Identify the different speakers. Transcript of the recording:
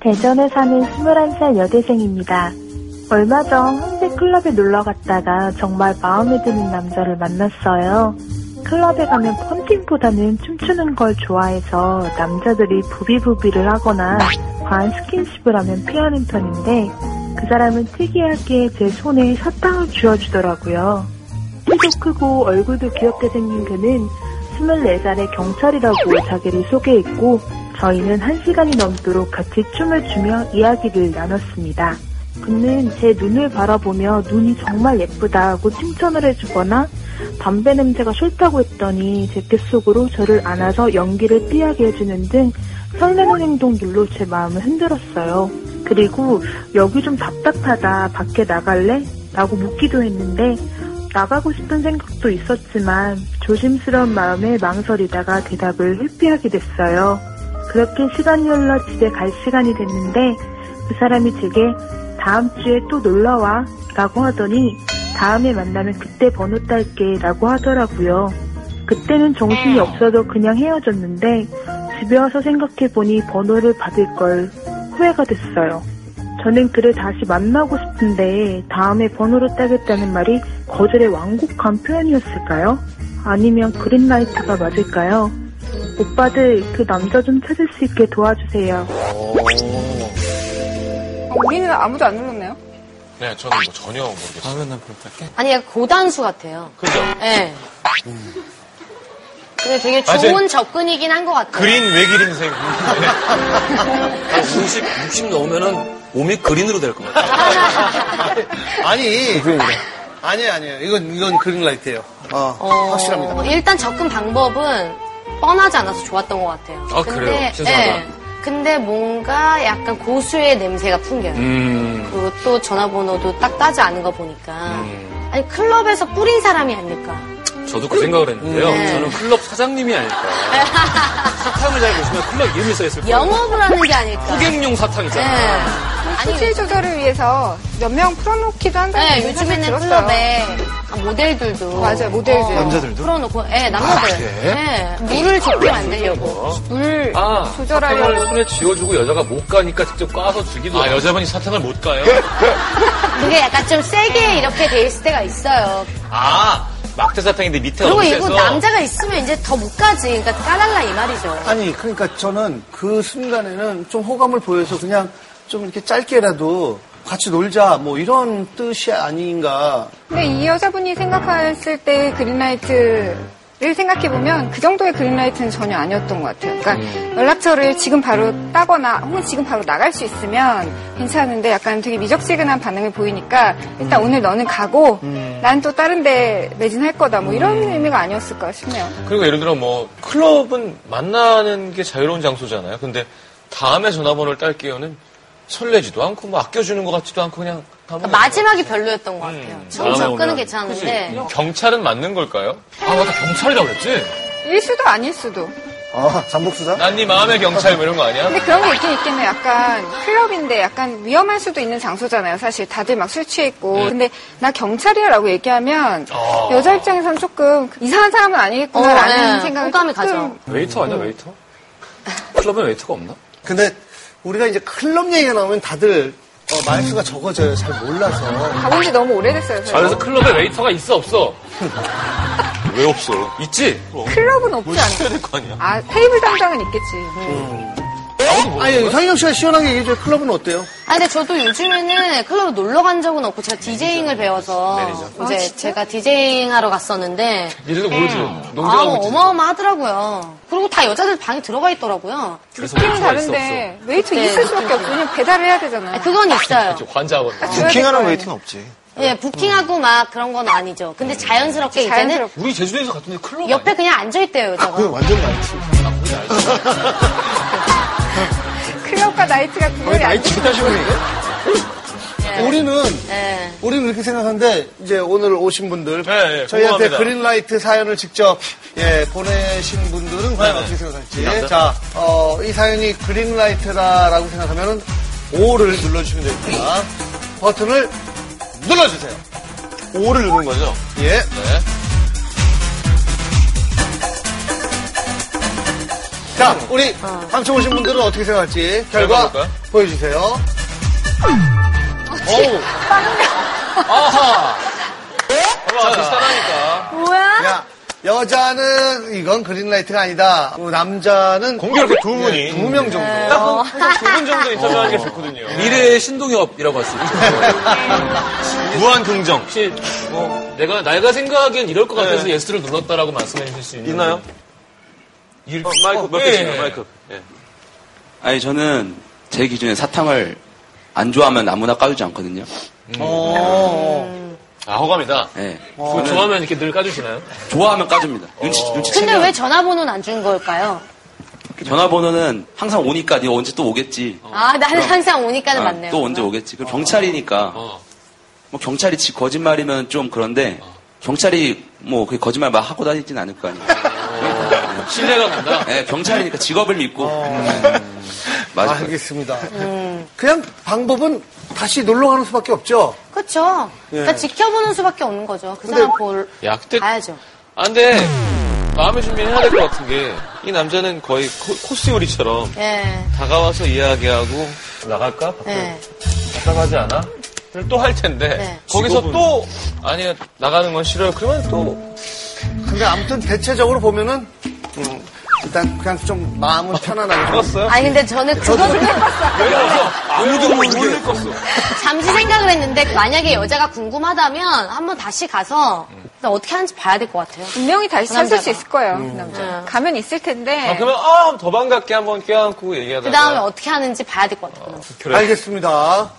Speaker 1: 대전에 사는 21살 여대생입니다. 얼마 전 홍대 클럽에 놀러 갔다가 정말 마음에 드는 남자를 만났어요. 클럽에 가면 펀팅보다는 춤추는 걸 좋아해서 남자들이 부비부비를 하거나 과한 스킨십을 하면 피하는 편인데 그 사람은 특이하게 제 손에 사탕을 쥐어주더라고요. 키도 크고 얼굴도 귀엽게 생긴 그는 24살의 경찰이라고 자기를 소개했고 저희는 한시간이 넘도록 같이 춤을 추며 이야기를 나눴습니다. 그는 제 눈을 바라보며 눈이 정말 예쁘다고 칭찬을 해주거나 담배 냄새가 싫다고 했더니 재킷 속으로 저를 안아서 연기를 띠하게 해주는 등 설레는 행동들로 제 마음을 흔들었어요. 그리고 여기 좀 답답하다 밖에 나갈래? 라고 묻기도 했는데 나가고 싶은 생각도 있었지만 조심스러운 마음에 망설이다가 대답을 회피하게 됐어요. 그렇게 시간이 흘러 집에 갈 시간이 됐는데 그 사람이 제게 다음 주에 또 놀러와 라고 하더니 다음에 만나면 그때 번호 딸게 라고 하더라고요. 그때는 정신이 없어서 그냥 헤어졌는데 집에 와서 생각해보니 번호를 받을 걸 후회가 됐어요. 저는 그를 다시 만나고 싶은데 다음에 번호를 따겠다는 말이 거절의 완곡한 표현이었을까요? 아니면 그린라이트가 맞을까요? 오빠들 그 남자 좀 찾을 수 있게 도와주세요.
Speaker 2: 아, 우리는 아무도 안 눌렀네요.
Speaker 3: 네, 저는 뭐 전혀 모르겠어요.
Speaker 4: 다음에 난 볼게.
Speaker 5: 아니 약간 고단수 같아요.
Speaker 3: 그죠?
Speaker 5: 예. 근데 되게
Speaker 3: 아, 이제-
Speaker 5: 좋은 접근이긴 한 것 같아요.
Speaker 3: 그린 외길 인생.
Speaker 4: 한 50, 60 넣으면은 몸이 그린으로 될 것 같아.
Speaker 6: 아니. 아니에요, 아니에요. 이건, 이건 그린라이트예요 어,
Speaker 5: 어,
Speaker 6: 확실합니다.
Speaker 5: 일단 접근 방법은 뻔하지 않아서 좋았던 것 같아요. 예.
Speaker 4: 아, 그래요? 신선하다.
Speaker 5: 근데 뭔가 약간 고수의 냄새가 풍겨요.
Speaker 4: 음.
Speaker 5: 그리고 또 전화번호도 딱 따지 않은 거 보니까. 아니, 클럽에서 뿌린 사람이 아닐까.
Speaker 4: 저도 그 생각을 했는데요.
Speaker 5: 네.
Speaker 4: 저는 클럽 사장님이 아닐까. 사탕을 잘 보시면 클럽 이름이 써있을 거예요.
Speaker 5: 영업을 하는 게 아닐까.
Speaker 4: 호객용
Speaker 5: 예.
Speaker 4: 사탕이잖아요.
Speaker 5: 아니,
Speaker 2: 수질 조절을 위해서 몇 명 풀어놓기도 한다는
Speaker 5: 예,
Speaker 2: 얘기를 사실
Speaker 5: 요즘에는
Speaker 2: 들었어요.
Speaker 5: 클럽에 아, 모델들도.
Speaker 2: 네, 그렇죠. 맞아요, 모델들.
Speaker 6: 남자들도?
Speaker 5: 풀어놓고, 예,
Speaker 3: 아,
Speaker 5: 남자들. 예. 물을 적게 만들려고.
Speaker 2: 물
Speaker 4: 아,
Speaker 2: 조절하려고.
Speaker 4: 사탕을 손에 쥐어주고 여자가 못 가니까 직접 까서 주기도
Speaker 3: 아,
Speaker 4: 해요.
Speaker 3: 여자분이 사탕을 못 가요?
Speaker 4: 그-
Speaker 5: 그게 약간 좀 세게 이렇게 돼 있을 때가 있어요.
Speaker 3: 아, 막대 사탕인데 밑에
Speaker 5: 그리고
Speaker 3: 너무
Speaker 5: 이거
Speaker 3: 세서.
Speaker 5: 남자가 있으면 이제 더 못 가지. 그러니까 까달라 이 말이죠.
Speaker 6: 아니, 그러니까 저는 그 순간에는 좀 호감을 보여서 그냥 좀 이렇게 짧게라도 같이 놀자, 뭐 이런 뜻이 아닌가.
Speaker 2: 근데 이 여자분이 생각했을 때의 그린라이트를 생각해보면 그 정도의 그린라이트는 전혀 아니었던 것 같아요. 그러니까 연락처를 지금 바로 따거나 혹은 지금 바로 나갈 수 있으면 괜찮은데 약간 되게 미적지근한 반응을 보이니까 일단 오늘 너는 가고 난 또 다른 데 매진할 거다 뭐 이런 의미가 아니었을까 싶네요.
Speaker 3: 그리고 예를 들어 뭐, 클럽은 만나는 게 자유로운 장소잖아요. 근데 다음에 전화번호를 딸게요는 설레지도 않고, 뭐, 아껴주는 것 같지도 않고, 그냥.
Speaker 5: 그러니까 마지막이 별로였던 것 같아요. 처음 접근은
Speaker 2: 네.
Speaker 5: 괜찮은데.
Speaker 3: 그치? 경찰은 맞는 걸까요?
Speaker 4: 아, 맞다. 경찰이라고 그랬지?
Speaker 2: 일 수도 아닐 수도.
Speaker 6: 아, 잠복수사?
Speaker 3: 난 네 마음의 경찰 뭐 이런 거 아니야?
Speaker 2: 근데 그런 게 있긴 있겠네. 약간 클럽인데 약간 위험할 수도 있는 장소잖아요. 사실 다들 막 술 취해 있고. 근데 나 경찰이야라고 얘기하면
Speaker 3: 어.
Speaker 2: 여자 입장에선 조금 이상한 사람은 아니겠구나라는
Speaker 5: 어, 네.
Speaker 2: 생각이
Speaker 5: 호감이
Speaker 2: 조금
Speaker 5: 가죠.
Speaker 4: 웨이터 아니야, 웨이터? 클럽에 웨이터가 없나?
Speaker 3: 아,
Speaker 6: 근데 우리가 이제 클럽 얘기가 나오면 다들 어, 말수가 적어져요. 잘 몰라서.
Speaker 2: 가본 지 너무 오래됐어요.
Speaker 4: 아,
Speaker 2: 저는.
Speaker 4: 그래서 클럽에 웨이터가 있어, 없어?
Speaker 3: 왜 없어?
Speaker 4: 있지?
Speaker 2: 클럽은 없지 않아요.
Speaker 3: 될거 아니야?
Speaker 2: 아 테이블 담당은 있겠지.
Speaker 6: 아니, 성형 씨가 시원하게 얘기해줘요. 클럽은 어때요?
Speaker 5: 아, 근데 저도 요즘에는 클럽에 놀러 간 적은 없고 제가 디제잉을 배워서
Speaker 2: 아,
Speaker 5: 이제 제가 디제잉 하러 갔었는데
Speaker 3: 얘들도 모르지.
Speaker 2: 음.
Speaker 5: 아,
Speaker 3: 농담하고 있지.
Speaker 5: 어마어마하더라고요. 그리고 다 여자들 방에 들어가 있더라고요.
Speaker 4: 그래서
Speaker 2: 느낌은
Speaker 4: 웨이터가 있어, 없어?
Speaker 2: 다른데 웨이터
Speaker 5: 네.
Speaker 2: 있을 수밖에 없어. 왜냐면 배달을 해야 되잖아요.
Speaker 5: 아, 그건 있어요.
Speaker 3: 환자하고.
Speaker 2: 줘야 될 거예요.
Speaker 6: 없지.
Speaker 5: 예, 부킹하고 막 그런 건 아니죠. 근데 자연스럽게 이제는
Speaker 2: 자연스럽게.
Speaker 3: 우리 제주도에서 같은데 클럽
Speaker 5: 옆에 그냥 앉아있대요, 여자가.
Speaker 6: 그건 완전 많지.
Speaker 2: 클럽과 나이트 같은 거
Speaker 6: 네. 우리는
Speaker 5: 예.
Speaker 6: 우리는 이렇게 생각하는데 이제 오늘 오신 분들
Speaker 3: 네, 네,
Speaker 6: 저희한테
Speaker 3: 궁금합니다.
Speaker 6: 그린라이트 사연을 직접 예, 보내신 분들은
Speaker 3: 네,
Speaker 6: 과연
Speaker 3: 네.
Speaker 6: 어떻게 생각할지 자, 어, 이 사연이 그린라이트다라고 생각하면 5를 눌러주시면 됩니다 버튼을 눌러주세요
Speaker 3: 5를 누른 거죠?
Speaker 6: 예.
Speaker 3: 네.
Speaker 6: 자, 우리 삼청 오신 분들은 어떻게 생각할지 결과
Speaker 3: 결과 볼까요?
Speaker 6: 보여주세요. 어우. 아하.
Speaker 2: 네?
Speaker 3: 자, 그 비슷하다니까.
Speaker 5: 뭐야?
Speaker 6: 야, 여자는 이건 그린라이트가 아니다. 어, 남자는 어, 예,
Speaker 3: 공교롭게 두 분이.
Speaker 6: 두 명 정도.
Speaker 3: 두 분 정도 인터뷰하기가 좋거든요.
Speaker 4: 네. 미래의 신동엽이라고 할 수 있죠.
Speaker 3: 무한 긍정.
Speaker 7: 혹시 뭐 내가 내가 생각하기엔 이럴 것 같아서
Speaker 3: 네.
Speaker 7: 예스를 눌렀다라고 말씀해 주실 수 있나요?
Speaker 3: 있나요?
Speaker 4: 어, 마이크 몇
Speaker 3: 예.
Speaker 4: 개씩 마이크. 예.
Speaker 8: 아니 저는 제 기준에 사탕을 안 좋아하면 아무나 까주지 않거든요.
Speaker 6: 어.
Speaker 3: 아, 호감이다.
Speaker 8: 예.
Speaker 3: 어.
Speaker 4: 어,
Speaker 7: 그거
Speaker 4: 네.
Speaker 7: 좋아하면 이렇게 늘 까주시나요?
Speaker 8: 좋아하면 까줍니다. 눈치 눈치
Speaker 5: 근데 왜 전화번호는 안 준 걸까요?
Speaker 8: 전화번호는 항상 오니까 네 언제 또 오겠지.
Speaker 5: 아, 나는 항상 오니까는
Speaker 8: 아,
Speaker 5: 맞네요.
Speaker 8: 또 언제 오겠지. 그럼 경찰이니까
Speaker 7: 어.
Speaker 8: 뭐 경찰이 지 거짓말이면 좀 그런데 경찰이 뭐 그 거짓말 막 하고 다니진 않을 거 아니에요.
Speaker 7: 신뢰가 간다.
Speaker 8: 예, 경찰이니까 직업을 믿고 예. 맞아요.
Speaker 6: 알겠습니다. 그냥 방법은 다시 놀러 가는 수밖에 없죠.
Speaker 5: 그쵸. 그러니까 지켜보는 수밖에 없는 거죠. 그
Speaker 6: 근데-
Speaker 5: 사람 볼,
Speaker 3: 야, 그때
Speaker 5: 봐야죠.
Speaker 3: 아, 근데 마음의 준비는 해야 될 것 같은 게 이 남자는 거의 코, 코스 요리처럼
Speaker 5: 예.
Speaker 3: 다가와서 이야기하고 나갈까?
Speaker 5: 예.
Speaker 3: 답답하지 않아? 또 할 텐데
Speaker 5: 네.
Speaker 3: 거기서 또 아니야 나가는 건 싫어요. 그러면 또
Speaker 6: 근데 아무튼 대체적으로 보면은 음, 일단 그냥 좀 마음은 편안하게 좀
Speaker 3: 죽었어요?
Speaker 5: 아니, 근데 저는 그거를
Speaker 3: 왜 그러죠? 아무도 모르게 느꼈어.
Speaker 5: 잠시 생각을 했는데, 만약에 여자가 궁금하다면, 한번 다시 가서, 일단 어떻게 하는지 봐야 될 것 같아요.
Speaker 2: 분명히 다시
Speaker 5: 그
Speaker 2: 찾을
Speaker 5: 남자가. 네.
Speaker 2: 수 있을 거예요. 그 남자. 가면 있을 텐데.
Speaker 3: 아, 그러면 아, 더 반갑게 한번 껴안고 얘기하다가
Speaker 5: 그 다음에 어떻게 하는지 봐야 될 것 같아요.
Speaker 3: 그래.
Speaker 6: 알겠습니다.